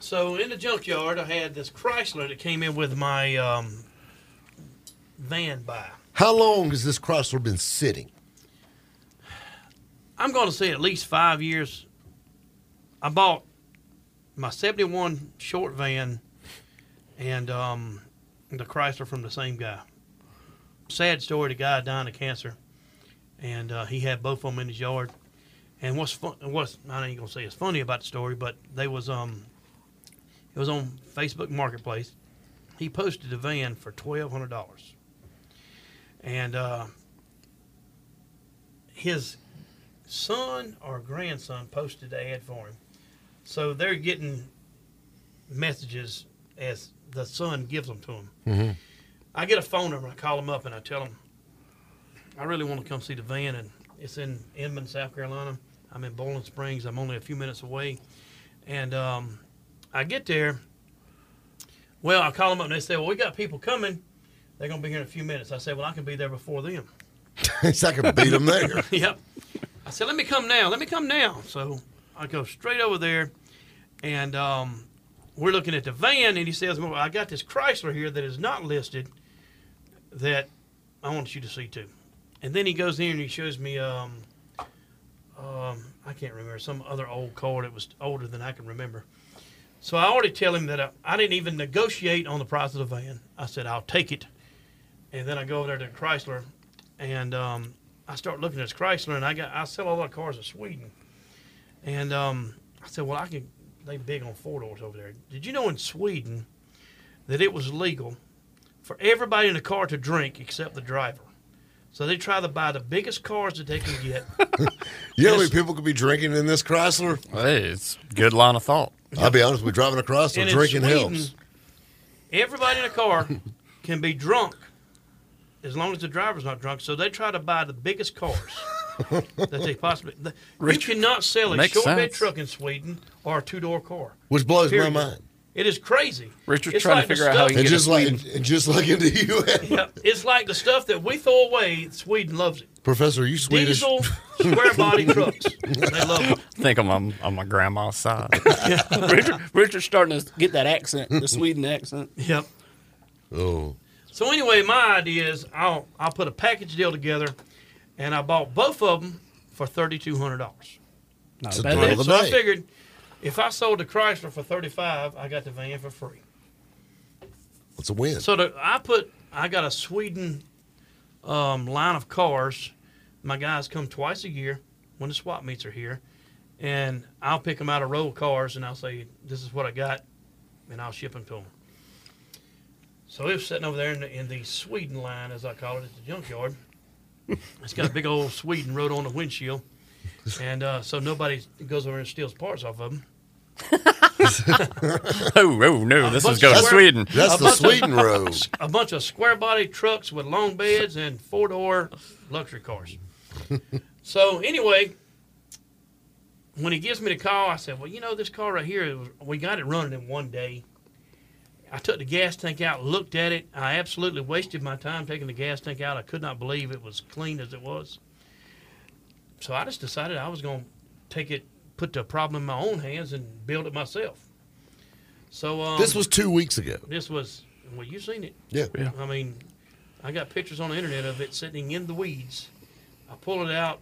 [SPEAKER 5] So in the junkyard, I had this Chrysler that came in with my um, van by.
[SPEAKER 2] How long has this Chrysler been sitting?
[SPEAKER 5] I'm going to say at least five years. I bought my 71 short van and um, the Chrysler from the same guy. Sad story the guy died of cancer, and uh, he had both of them in his yard. And what's fun? What's I ain't gonna say it's funny about the story, but they was um, it was on Facebook Marketplace. He posted the van for twelve hundred dollars, and uh, his son or grandson posted the ad for him. So they're getting messages as the son gives them to him.
[SPEAKER 7] Mm-hmm.
[SPEAKER 5] I get a phone number. I call them up and I tell them, I really want to come see the van, and it's in Edmond, South Carolina. I'm in Bowling Springs. I'm only a few minutes away, and um, I get there. Well, I call them up and they say, "Well, we got people coming. They're gonna be here in a few minutes." I said, "Well, I can be there before them."
[SPEAKER 2] it's like I can beat them there.
[SPEAKER 5] yep. I said, let me come now. Let me come now. So I go straight over there, and um, we're looking at the van, and he says, well, I got this Chrysler here that is not listed that I want you to see too. And then he goes in and he shows me, um, um, I can't remember, some other old car that was older than I can remember. So I already tell him that I, I didn't even negotiate on the price of the van. I said, I'll take it. And then I go over there to Chrysler, and um, I start looking at this Chrysler, and I got I sell a lot of cars in Sweden, and um, I said, well, I can. They big on four doors over there. Did you know in Sweden that it was legal for everybody in the car to drink except the driver? So they try to buy the biggest cars that they can get.
[SPEAKER 2] You know how many people could be drinking in this Chrysler?
[SPEAKER 3] Hey, it's good line of thought.
[SPEAKER 2] I'll be honest, we're driving across, so
[SPEAKER 5] And in
[SPEAKER 2] drinking
[SPEAKER 5] Sweden,
[SPEAKER 2] helps.
[SPEAKER 5] Everybody in the car can be drunk as long as the driver's not drunk. So they try to buy the biggest cars that they possibly. the-
[SPEAKER 2] Richard,
[SPEAKER 5] you cannot sell a
[SPEAKER 2] makes
[SPEAKER 5] short bed
[SPEAKER 2] sense.
[SPEAKER 5] truck in Sweden or a two door car.
[SPEAKER 2] Which blows my
[SPEAKER 5] Period.
[SPEAKER 2] mind.
[SPEAKER 5] It is crazy.
[SPEAKER 2] Richard's
[SPEAKER 5] It's
[SPEAKER 2] trying to
[SPEAKER 5] like the
[SPEAKER 2] figure out how
[SPEAKER 5] stuff-
[SPEAKER 2] he can And get just a like- Sweden. and just like in the US.
[SPEAKER 5] Yeah, it's like the stuff that we throw away. Sweden loves it.
[SPEAKER 2] Professor, are you Swedish?
[SPEAKER 5] Diesel square body trucks. They love it.
[SPEAKER 3] I think I'm on, on my grandma's side.
[SPEAKER 4] Richard, Richard's starting to get that accent, the Sweden accent.
[SPEAKER 5] Yep.
[SPEAKER 2] Oh.
[SPEAKER 5] So anyway, my idea is I'll I'll put a package deal together, and I bought both of them for thirty two hundred dollars.
[SPEAKER 4] Not
[SPEAKER 5] So
[SPEAKER 4] bad. Throw the
[SPEAKER 5] I
[SPEAKER 4] bait.
[SPEAKER 5] figured if I sold the Chrysler for thirty five, I got the van for free.
[SPEAKER 2] It's a win.
[SPEAKER 5] So the, I put I got a Sweden um, line of cars. My guys come twice a year when the swap meets are here, and I'll pick them out of roll cars and I'll say this is what I got, and I'll ship them to them. So it was sitting over there in the, in the Sweden line, as I call it, at the junkyard. It's got a big old Sweden wrote on the windshield, and uh, so nobody goes over and steals parts off of them.
[SPEAKER 3] oh, oh, no,
[SPEAKER 5] A
[SPEAKER 3] this
[SPEAKER 5] bunch
[SPEAKER 3] is going
[SPEAKER 5] of
[SPEAKER 3] to
[SPEAKER 5] square-
[SPEAKER 3] Sweden.
[SPEAKER 5] a bunch of- A bunch of square body trucks with long beds and four door luxury cars. so anyway, when he gives me the call, I said, "Well, you know, this car right here, it was- we got it running in one day. I took the gas tank out, looked at it. I absolutely wasted my time taking the gas tank out. I could not believe it was clean as it was. So I just decided I was going to take it, put the problem in my own hands, and build it myself. So um,
[SPEAKER 2] this was two weeks ago.
[SPEAKER 5] this was well, you seen it.
[SPEAKER 2] Yeah. Yeah.
[SPEAKER 5] I mean, I got pictures on the internet of it sitting in the weeds. I pull it out.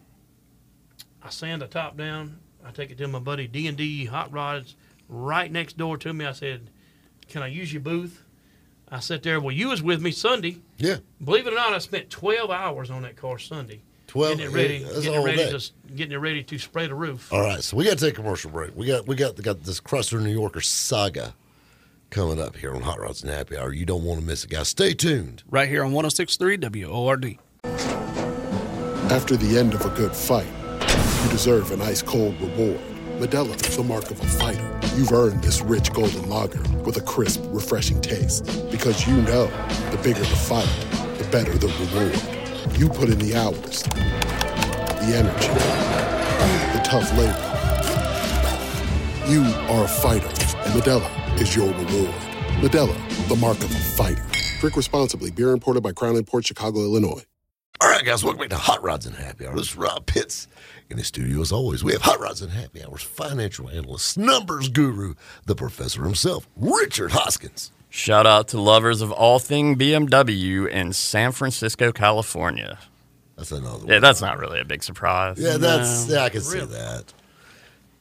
[SPEAKER 5] I sand the top down. I take it to my buddy D and D Hot Rods right next door to me. I said, "Can I use your booth?" I sat there. Well, you was with me Sunday.
[SPEAKER 2] Yeah.
[SPEAKER 5] Believe it or not, I spent twelve hours on that car Sunday.
[SPEAKER 2] 12
[SPEAKER 5] Getting it ready.
[SPEAKER 2] yeah, that's
[SPEAKER 5] getting
[SPEAKER 2] all
[SPEAKER 5] it ready.
[SPEAKER 2] day.
[SPEAKER 5] To, s- getting it ready to spray the roof.
[SPEAKER 2] All right, so we got to take a commercial break. We got we got got this Chrysler New Yorker saga coming up here on Hot Rods and Happy Hour. You don't want to miss it, guys. Stay tuned.
[SPEAKER 4] Right here on 1063 WORD.
[SPEAKER 8] After the end of a good fight, you deserve an ice cold reward. Medella is the mark of a fighter. You've earned this rich golden lager with a crisp, refreshing taste. Because you know the bigger the fight, the better the reward. You put in the hours, the energy, the tough labor. You are a fighter, and Medela is your reward. Medela, the mark of a fighter. Drink responsibly. Beer imported by Crown Port Chicago, Illinois.
[SPEAKER 2] All right, guys, welcome back to Hot Rods and Happy Hour. This is Rob Pitts in the studio as always. We have Hot Rods and Happy Hours financial analyst, numbers guru, the professor himself, Richard Hoskins.
[SPEAKER 3] Shout out to lovers of all thing BMW in San Francisco, California.
[SPEAKER 2] That's another.
[SPEAKER 3] Yeah, that's not really a big surprise.
[SPEAKER 2] Yeah, that's yeah, I can see that.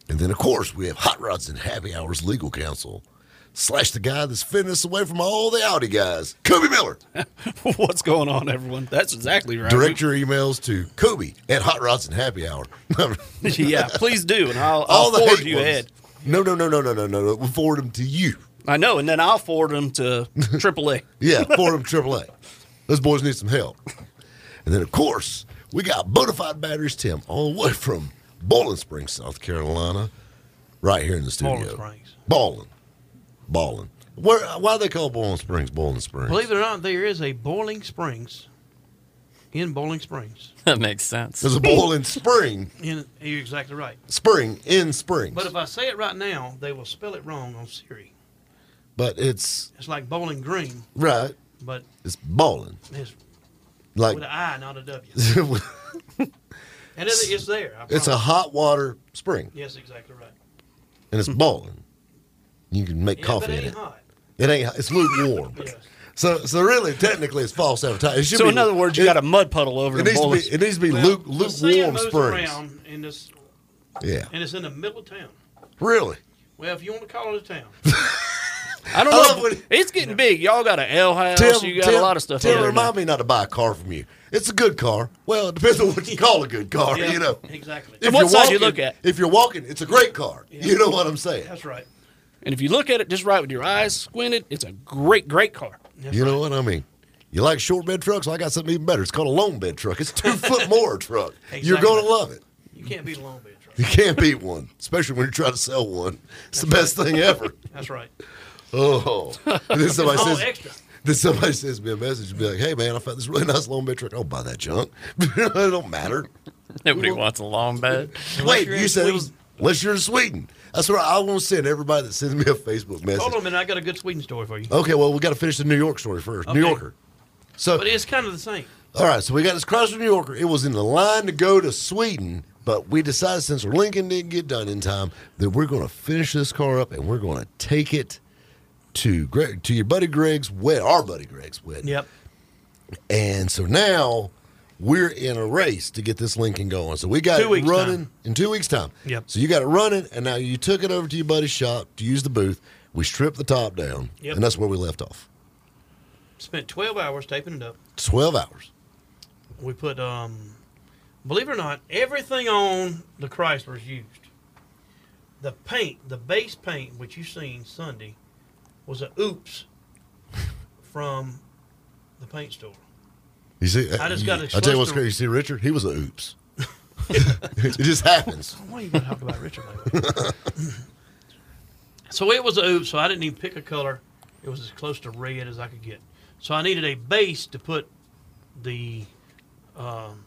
[SPEAKER 2] And then of course we have Hot Rods and Happy Hours legal counsel. Slash the guy that's fending us away from all the Audi guys, Kobe Miller.
[SPEAKER 4] What's going on, everyone? That's exactly right.
[SPEAKER 2] Direct your emails to Kobe at Hot Rods and Happy Hour.
[SPEAKER 4] yeah, please do, and I'll, I'll forward you
[SPEAKER 2] ones.
[SPEAKER 4] ahead.
[SPEAKER 2] No, no, no, no, no, no, no. no. We'll forward them to you.
[SPEAKER 4] I know, and then I'll forward them to AAA.
[SPEAKER 2] Yeah, forward them to AAA. Those boys need some help. And then, of course, we got Bonafide Batteries Tim all the way from Bowling Springs, South Carolina, right here in the studio.
[SPEAKER 5] Bowling Springs.
[SPEAKER 2] Bowling. Bowling. Where, why do they call Bowling Springs Bowling Springs?
[SPEAKER 5] Believe it or not, there is a Boiling Springs in Bowling Springs.
[SPEAKER 3] That makes sense.
[SPEAKER 2] There's a bowling spring.
[SPEAKER 5] In, you're exactly right.
[SPEAKER 2] Spring in spring.
[SPEAKER 5] But if I say it right now, they will spell it wrong on Siri.
[SPEAKER 2] But it's
[SPEAKER 5] It's like Bowling Green,
[SPEAKER 2] right.
[SPEAKER 5] but
[SPEAKER 2] It's bowling.
[SPEAKER 5] it's
[SPEAKER 2] Like
[SPEAKER 5] with an I, not a W.
[SPEAKER 2] it's
[SPEAKER 5] And it, it's there. I
[SPEAKER 2] a
[SPEAKER 5] promise.
[SPEAKER 2] hot water spring.
[SPEAKER 5] Yes, exactly right.
[SPEAKER 2] and it's boiling. You can make
[SPEAKER 5] Yeah,
[SPEAKER 2] coffee
[SPEAKER 5] but it
[SPEAKER 2] in
[SPEAKER 5] ain't
[SPEAKER 2] it.
[SPEAKER 5] hot.
[SPEAKER 2] It ain't. hot. It's lukewarm. So, so really, technically, it's false advertising. It should
[SPEAKER 4] So
[SPEAKER 2] be,
[SPEAKER 4] in other words, you
[SPEAKER 2] it-
[SPEAKER 4] got a mud puddle
[SPEAKER 2] It
[SPEAKER 4] over in
[SPEAKER 2] needs to
[SPEAKER 4] Bowling.
[SPEAKER 2] be. It needs to be
[SPEAKER 5] Well,
[SPEAKER 2] luke,
[SPEAKER 5] the sand
[SPEAKER 2] lukewarm
[SPEAKER 5] moves
[SPEAKER 2] springs.
[SPEAKER 5] around and it's,
[SPEAKER 2] Yeah,
[SPEAKER 5] and it's in the middle of town.
[SPEAKER 2] really.
[SPEAKER 5] Well, if you want to call it a town.
[SPEAKER 4] I don't know. if- it's getting big. Y'all got an L house. you got a lot of stuff.
[SPEAKER 2] Tim,
[SPEAKER 4] out there now.
[SPEAKER 2] remind me not to buy a car from you. It's a good car. Well, it depends on what you call a good car.
[SPEAKER 5] Yeah,
[SPEAKER 2] you know
[SPEAKER 5] Exactly.
[SPEAKER 2] If
[SPEAKER 4] what
[SPEAKER 2] you're
[SPEAKER 4] side you
[SPEAKER 2] walking-
[SPEAKER 4] look at.
[SPEAKER 2] If you're walking, it's a great car. You know what I'm saying.
[SPEAKER 5] That's right.
[SPEAKER 4] And if you look at it just right with your eyes squinted, it's a great, great car.
[SPEAKER 2] you know what I mean? You like short bed trucks? Well, I got something even better. It's called a long bed truck. It's two foot more truck. You're
[SPEAKER 5] Exactly.
[SPEAKER 2] going to love it.
[SPEAKER 5] You can't beat a long beach.
[SPEAKER 2] You can't beat one, especially when you're trying to sell one. It's the best thing ever.
[SPEAKER 5] That's right.
[SPEAKER 2] Oh, and then somebody
[SPEAKER 5] It's all
[SPEAKER 2] says,
[SPEAKER 5] extra.
[SPEAKER 2] then somebody sends me a message and be like, "Hey man, I found this really nice long bed truck. I'll buy that junk. it don't matter.
[SPEAKER 3] Nobody wants a long bed.
[SPEAKER 2] Wait,
[SPEAKER 5] you're
[SPEAKER 2] you
[SPEAKER 5] in
[SPEAKER 2] said it was unless you're in Sweden. That's what I, I want to send everybody that sends me a Facebook message.
[SPEAKER 5] Hold on a minute. I got a good Sweden story for you.
[SPEAKER 2] Okay, well we got to finish the New York story first.
[SPEAKER 5] Okay.
[SPEAKER 2] New Yorker. So
[SPEAKER 5] But it's kind of the same.
[SPEAKER 2] All right, so we got this cross from New Yorker. It was in the line to go to Sweden, but we decided since Lincoln didn't get done in time that we're going to finish this car up and we're going to take it to Greg, to your buddy Greg's wed, our buddy Greg's wedding.
[SPEAKER 5] Yep.
[SPEAKER 2] And so now we're in a race to get this Lincoln going. So we got
[SPEAKER 5] Two
[SPEAKER 2] it
[SPEAKER 5] weeks'
[SPEAKER 2] running
[SPEAKER 5] time.
[SPEAKER 2] in two weeks' time.
[SPEAKER 5] Yep.
[SPEAKER 2] So you got it running, and now you took it over to your buddy's shop to use the booth. We stripped the top down,
[SPEAKER 5] Yep.
[SPEAKER 2] and that's where we left off.
[SPEAKER 5] Spent 12 hours taping it up.
[SPEAKER 2] Twelve hours.
[SPEAKER 5] We put, um, believe it or not, everything on the Chrysler's used. The paint, the base paint, which you seen Sunday, was a oops from the paint store.
[SPEAKER 2] You see,
[SPEAKER 5] I just gotta
[SPEAKER 2] I tell you what's
[SPEAKER 5] trust the-
[SPEAKER 2] crazy. You see, Richard, he was a oops. it just happens.
[SPEAKER 5] Why you gonna talk about Richard? like that? so it was a oops. So I didn't even pick a color. It was as close to red as I could get. So I needed a base to put the um,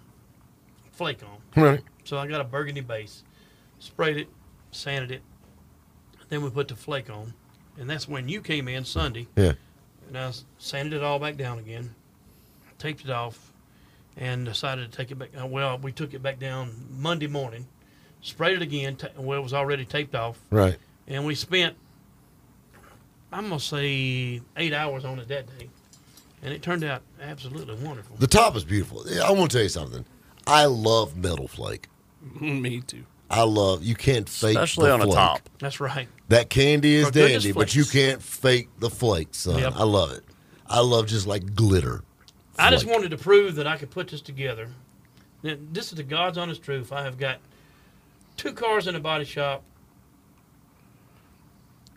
[SPEAKER 5] flake on.
[SPEAKER 2] Right.
[SPEAKER 5] So I got a burgundy base, sprayed it, sanded it. Then we put the flake on, and that's when you came in Sunday.
[SPEAKER 2] Yeah.
[SPEAKER 5] And I s- sanded it all back down again, taped it off, and decided to take it back. uh, Well, we took it back down Monday morning, sprayed it again. Ta- well, it was already taped off,
[SPEAKER 2] Right.
[SPEAKER 5] and we spent I'm gonna say eight hours on it that day, and it turned out absolutely wonderful.
[SPEAKER 2] The top is beautiful. Yeah, I want to tell you something. I love metal flake.
[SPEAKER 4] Me too.
[SPEAKER 2] I love. You can't fake
[SPEAKER 3] Especially
[SPEAKER 2] the
[SPEAKER 3] on a
[SPEAKER 2] flake.
[SPEAKER 3] top.
[SPEAKER 5] That's right.
[SPEAKER 2] That candy is
[SPEAKER 5] For goodness
[SPEAKER 2] dandy, but you
[SPEAKER 5] flakes.
[SPEAKER 2] can't fake the flake, son.
[SPEAKER 5] Yep.
[SPEAKER 2] I love it. I love just like glitter.
[SPEAKER 5] I just
[SPEAKER 2] flake.
[SPEAKER 5] wanted to prove that I could put this together. Now, This is the God's honest truth. I have got two cars in the body shop,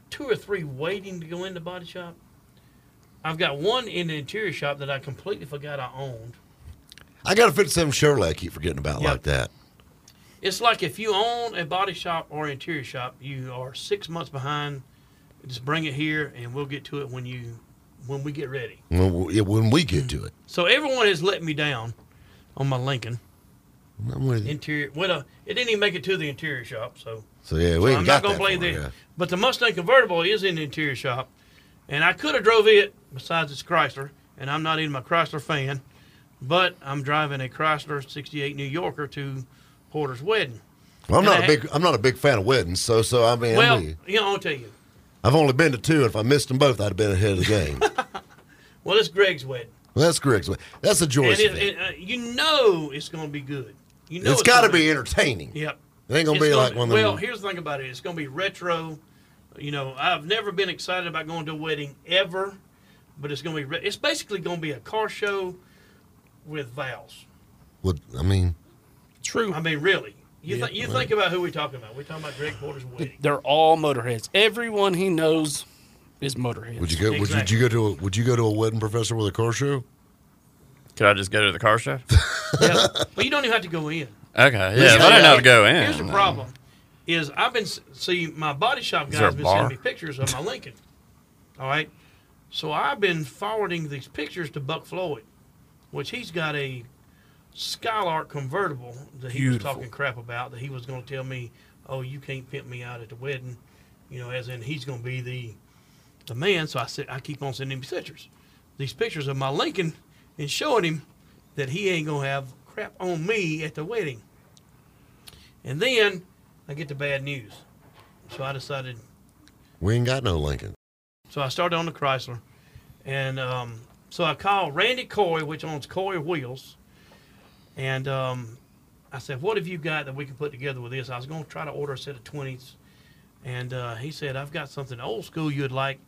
[SPEAKER 5] two or three waiting to go in the body shop. I've got one in the interior shop that I completely forgot I owned.
[SPEAKER 2] I got a 57 Chevrolet I keep forgetting about
[SPEAKER 5] Yep.
[SPEAKER 2] like that.
[SPEAKER 5] It's like if you own a body shop or interior shop, you are six months behind. Just bring it here, and we'll get to it when you when we get ready.
[SPEAKER 2] When we, when we get to it.
[SPEAKER 5] So everyone has let me down on my Lincoln
[SPEAKER 2] I'm with you.
[SPEAKER 5] interior. Well, uh, it didn't even make it to the interior shop, so
[SPEAKER 2] So yeah, we
[SPEAKER 5] so
[SPEAKER 2] ain't
[SPEAKER 5] I'm
[SPEAKER 2] got
[SPEAKER 5] not gonna
[SPEAKER 2] that
[SPEAKER 5] play
[SPEAKER 2] far,
[SPEAKER 5] the.
[SPEAKER 2] yeah.
[SPEAKER 5] But the Mustang convertible is in the interior shop, and I could have drove it. Besides, it's Chrysler, and I'm not even a Chrysler fan, but I'm driving a Chrysler '68 New Yorker to Porter's wedding.
[SPEAKER 2] Well, I'm
[SPEAKER 5] And
[SPEAKER 2] not
[SPEAKER 5] I-
[SPEAKER 2] a big I'm not a big fan of weddings, so so I mean,
[SPEAKER 5] well,
[SPEAKER 2] I'm with you.
[SPEAKER 5] you know, I'll tell you.
[SPEAKER 2] I've only been to two, and if I missed them both, I'd have been ahead of the game. well,
[SPEAKER 5] Well, it's Greg's wedding,
[SPEAKER 2] that's correct. That's a Joyce.
[SPEAKER 5] and, it,
[SPEAKER 2] event.
[SPEAKER 5] and, uh, you know it's going to be good. You know
[SPEAKER 2] it's got to be entertaining.
[SPEAKER 5] Yep.
[SPEAKER 2] It ain't gonna
[SPEAKER 5] It's
[SPEAKER 2] be like one of them.
[SPEAKER 5] Well, here's the thing about it. It's gonna be retro. You know, I've never been excited about going to a wedding ever, but it's gonna be. Re- it's basically gonna be a car show with vows.
[SPEAKER 2] Well, I mean,
[SPEAKER 5] True. I mean, really. You
[SPEAKER 4] Yeah,
[SPEAKER 5] think you
[SPEAKER 4] well.
[SPEAKER 5] think about who we're talking about? We're talking about Greg Porter's wedding.
[SPEAKER 4] They're all motorheads. Everyone he knows is motorhead.
[SPEAKER 2] would you go? Would, you, would you go to a Would you go to a wedding professor with a car show?
[SPEAKER 3] Could I just go to the car show?
[SPEAKER 5] But you don't even have to go in.
[SPEAKER 3] Okay, yeah, if I didn't have to go in,
[SPEAKER 5] Here's the
[SPEAKER 3] then-
[SPEAKER 5] problem: is I've been s- see my body shop
[SPEAKER 3] Is there
[SPEAKER 5] guys
[SPEAKER 3] a
[SPEAKER 5] been
[SPEAKER 3] bar?
[SPEAKER 5] sending me pictures of my Lincoln. All right, so I've been forwarding these pictures to Buck Floyd, which he's got a Skylark convertible that he
[SPEAKER 4] Beautiful.
[SPEAKER 5] was talking crap about that he was going to tell me, oh, you can't pimp me out at the wedding, you know, as in he's going to be the the man. So I said I keep on sending him pictures, these pictures of my Lincoln, and showing him that he ain't gonna have crap on me at the wedding. And then I get the bad news. So I decided.
[SPEAKER 2] We ain't got no Lincoln.
[SPEAKER 5] So I started on the Chrysler, and um, so I called Randy Coy, which owns Coy Wheels, and um, I said, "What have you got that we can put together with this?" I was gonna try to order a set of twenties, and uh, he said, "I've got something old school you'd like,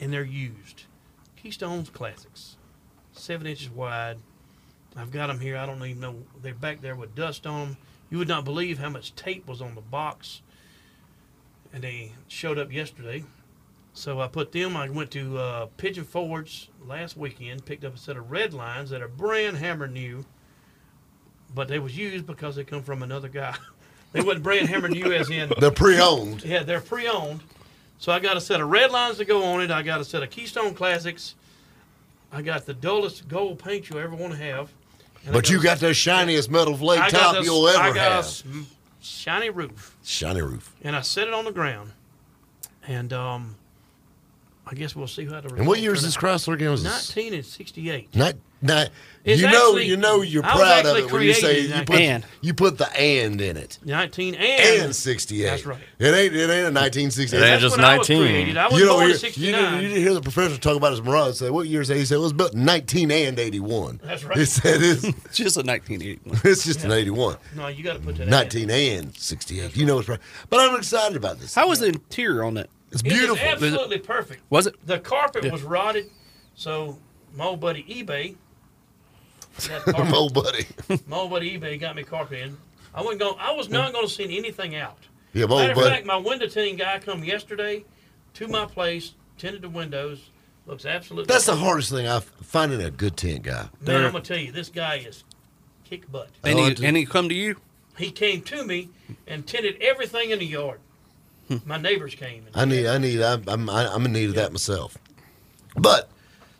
[SPEAKER 5] and they're used Keystone's Classics, seven inches wide." I've got them here. I don't even know. They're back there with dust on them. You would not believe how much tape was on the box. And they showed up yesterday. So I put them. I went to uh, Pigeon Forge last weekend, picked up a set of red lines that are brand hammer new, but they was used because they come from another guy. they wasn't brand hammer new as in
[SPEAKER 2] They're pre-owned.
[SPEAKER 5] Yeah, they're pre-owned. So I got a set of red lines to go on it. I got a set of Keystone Classics. I got the dullest gold paint you'll ever want to have. And I
[SPEAKER 2] But you got the shiniest metal flake
[SPEAKER 5] I got
[SPEAKER 2] top
[SPEAKER 5] a-
[SPEAKER 2] you'll ever
[SPEAKER 5] I got a
[SPEAKER 2] have.
[SPEAKER 5] sm- shiny roof,
[SPEAKER 2] Shiny roof.
[SPEAKER 5] and I set it on the ground, and um, I guess we'll see how the.
[SPEAKER 2] And what year
[SPEAKER 5] results
[SPEAKER 2] is this Hmm.
[SPEAKER 5] turn out.
[SPEAKER 2] Chrysler again? Was this-
[SPEAKER 5] Nineteen and sixty-eight.
[SPEAKER 2] Not, not.
[SPEAKER 5] It's
[SPEAKER 2] you know,
[SPEAKER 5] actually-
[SPEAKER 2] you know, you're
[SPEAKER 5] I was
[SPEAKER 2] proud of
[SPEAKER 5] actually
[SPEAKER 2] it when you say
[SPEAKER 5] created
[SPEAKER 2] you
[SPEAKER 5] that
[SPEAKER 2] put
[SPEAKER 5] and.
[SPEAKER 2] you put the and in it.
[SPEAKER 5] Nineteen and,
[SPEAKER 2] And, 68.
[SPEAKER 5] That's right.
[SPEAKER 2] It ain't. It ain't a 1968.
[SPEAKER 3] It ain't That's just when I was 19. created. I was
[SPEAKER 2] you don't
[SPEAKER 5] born in
[SPEAKER 2] hear,
[SPEAKER 5] 69.
[SPEAKER 2] You didn't, you didn't hear the professor talk about his mirage. Say what year is that? He said it was built in 19 and 81.
[SPEAKER 5] That's right.
[SPEAKER 2] He said it's
[SPEAKER 4] just a 1981.
[SPEAKER 2] It's just an 81.
[SPEAKER 5] No, you got to put that.
[SPEAKER 2] 19 and 68. You know it's right. But I'm excited about this. How
[SPEAKER 4] was the interior on that?
[SPEAKER 2] It's Oh,
[SPEAKER 5] It is
[SPEAKER 2] beautiful.
[SPEAKER 5] absolutely perfect.
[SPEAKER 4] Was it?
[SPEAKER 5] The carpet
[SPEAKER 4] Yeah.
[SPEAKER 5] was rotted, so my old buddy eBay. got
[SPEAKER 2] My
[SPEAKER 5] carpet-
[SPEAKER 2] old buddy.
[SPEAKER 5] my old buddy eBay got me carpet in. I wasn't going. I was not going to send anything out.
[SPEAKER 2] Yeah, my
[SPEAKER 5] Matter
[SPEAKER 2] old
[SPEAKER 5] of
[SPEAKER 2] buddy.
[SPEAKER 5] fact, my window tinting guy come yesterday to my place, tinted the windows. Looks absolutely.
[SPEAKER 2] That's the hardest thing I finding a good tent guy.
[SPEAKER 5] Man, I'm gonna tell you, this guy is kick butt.
[SPEAKER 4] And, he, and he come to you?
[SPEAKER 5] He came to me and tinted everything in the yard. My neighbors came.
[SPEAKER 2] Hmm. I need. I need. I'm. I'm. I'm in need of that myself. But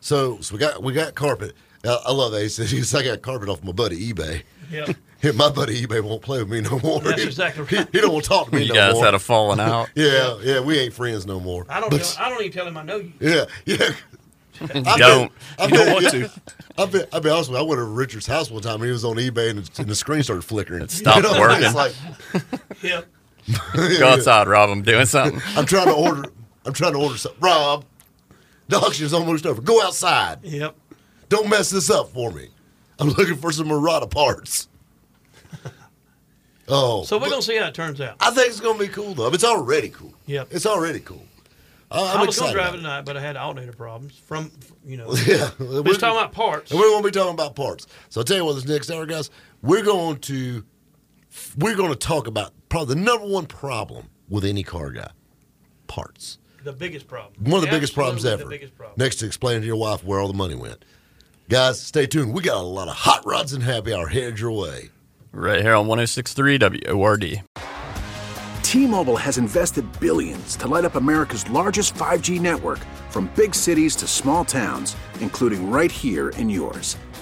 [SPEAKER 2] so so we got we got carpet. I, I love Ace. He's I got carpet off my buddy eBay.
[SPEAKER 5] Yeah.
[SPEAKER 2] Yeah, my buddy eBay won't play with me no more.
[SPEAKER 5] That's exactly
[SPEAKER 2] He, he don't want to talk to me
[SPEAKER 3] You
[SPEAKER 2] no
[SPEAKER 3] guys
[SPEAKER 2] more.
[SPEAKER 3] had a falling out.
[SPEAKER 2] yeah, yeah, we ain't friends no more.
[SPEAKER 5] I don't.
[SPEAKER 2] But-
[SPEAKER 5] tell- I don't even tell him I know you.
[SPEAKER 2] Yeah, yeah.
[SPEAKER 5] You
[SPEAKER 2] I've
[SPEAKER 5] don't.
[SPEAKER 2] I've
[SPEAKER 5] You don't want
[SPEAKER 2] yeah. I've been, I've been honest with you, I went to Richard's house one time and he was on eBay and, the- and the screen started flickering. It
[SPEAKER 3] stopped working.
[SPEAKER 2] It's like,
[SPEAKER 5] Yeah.
[SPEAKER 3] Go outside, Rob. I'm doing something.
[SPEAKER 2] I'm trying to order. I'm trying to order something. Rob, the auction's almost over. Go outside.
[SPEAKER 5] Yep.
[SPEAKER 2] Don't mess this up for me. I'm looking for some Murata parts. Oh,
[SPEAKER 5] So we're gonna see how it turns out.
[SPEAKER 2] I think it's gonna be cool though. It's already cool.
[SPEAKER 5] Yep.
[SPEAKER 2] It's already cool. I- I'm
[SPEAKER 5] I was
[SPEAKER 2] excited.
[SPEAKER 5] gonna drive
[SPEAKER 2] about
[SPEAKER 5] it
[SPEAKER 2] it.
[SPEAKER 5] tonight, but I had alternator problems from f- you know.
[SPEAKER 2] Yeah,
[SPEAKER 5] We're just talking about parts.
[SPEAKER 2] And we're going to be talking about parts. So I'll tell you what, this next hour, guys, we're going to we're going to talk about probably the number one problem with any car guy, parts.
[SPEAKER 5] The biggest problem.
[SPEAKER 2] One of the biggest problems
[SPEAKER 5] Absolutely
[SPEAKER 2] ever.
[SPEAKER 5] The biggest problem.
[SPEAKER 2] Next to explaining to your wife where all the money went. Guys, stay tuned. We got a lot of hot rods and happy hour headed your way.
[SPEAKER 3] Right here on 1063 WORD.
[SPEAKER 4] T-Mobile has invested billions to light up America's largest 5G network from big cities to small towns, including right here in yours.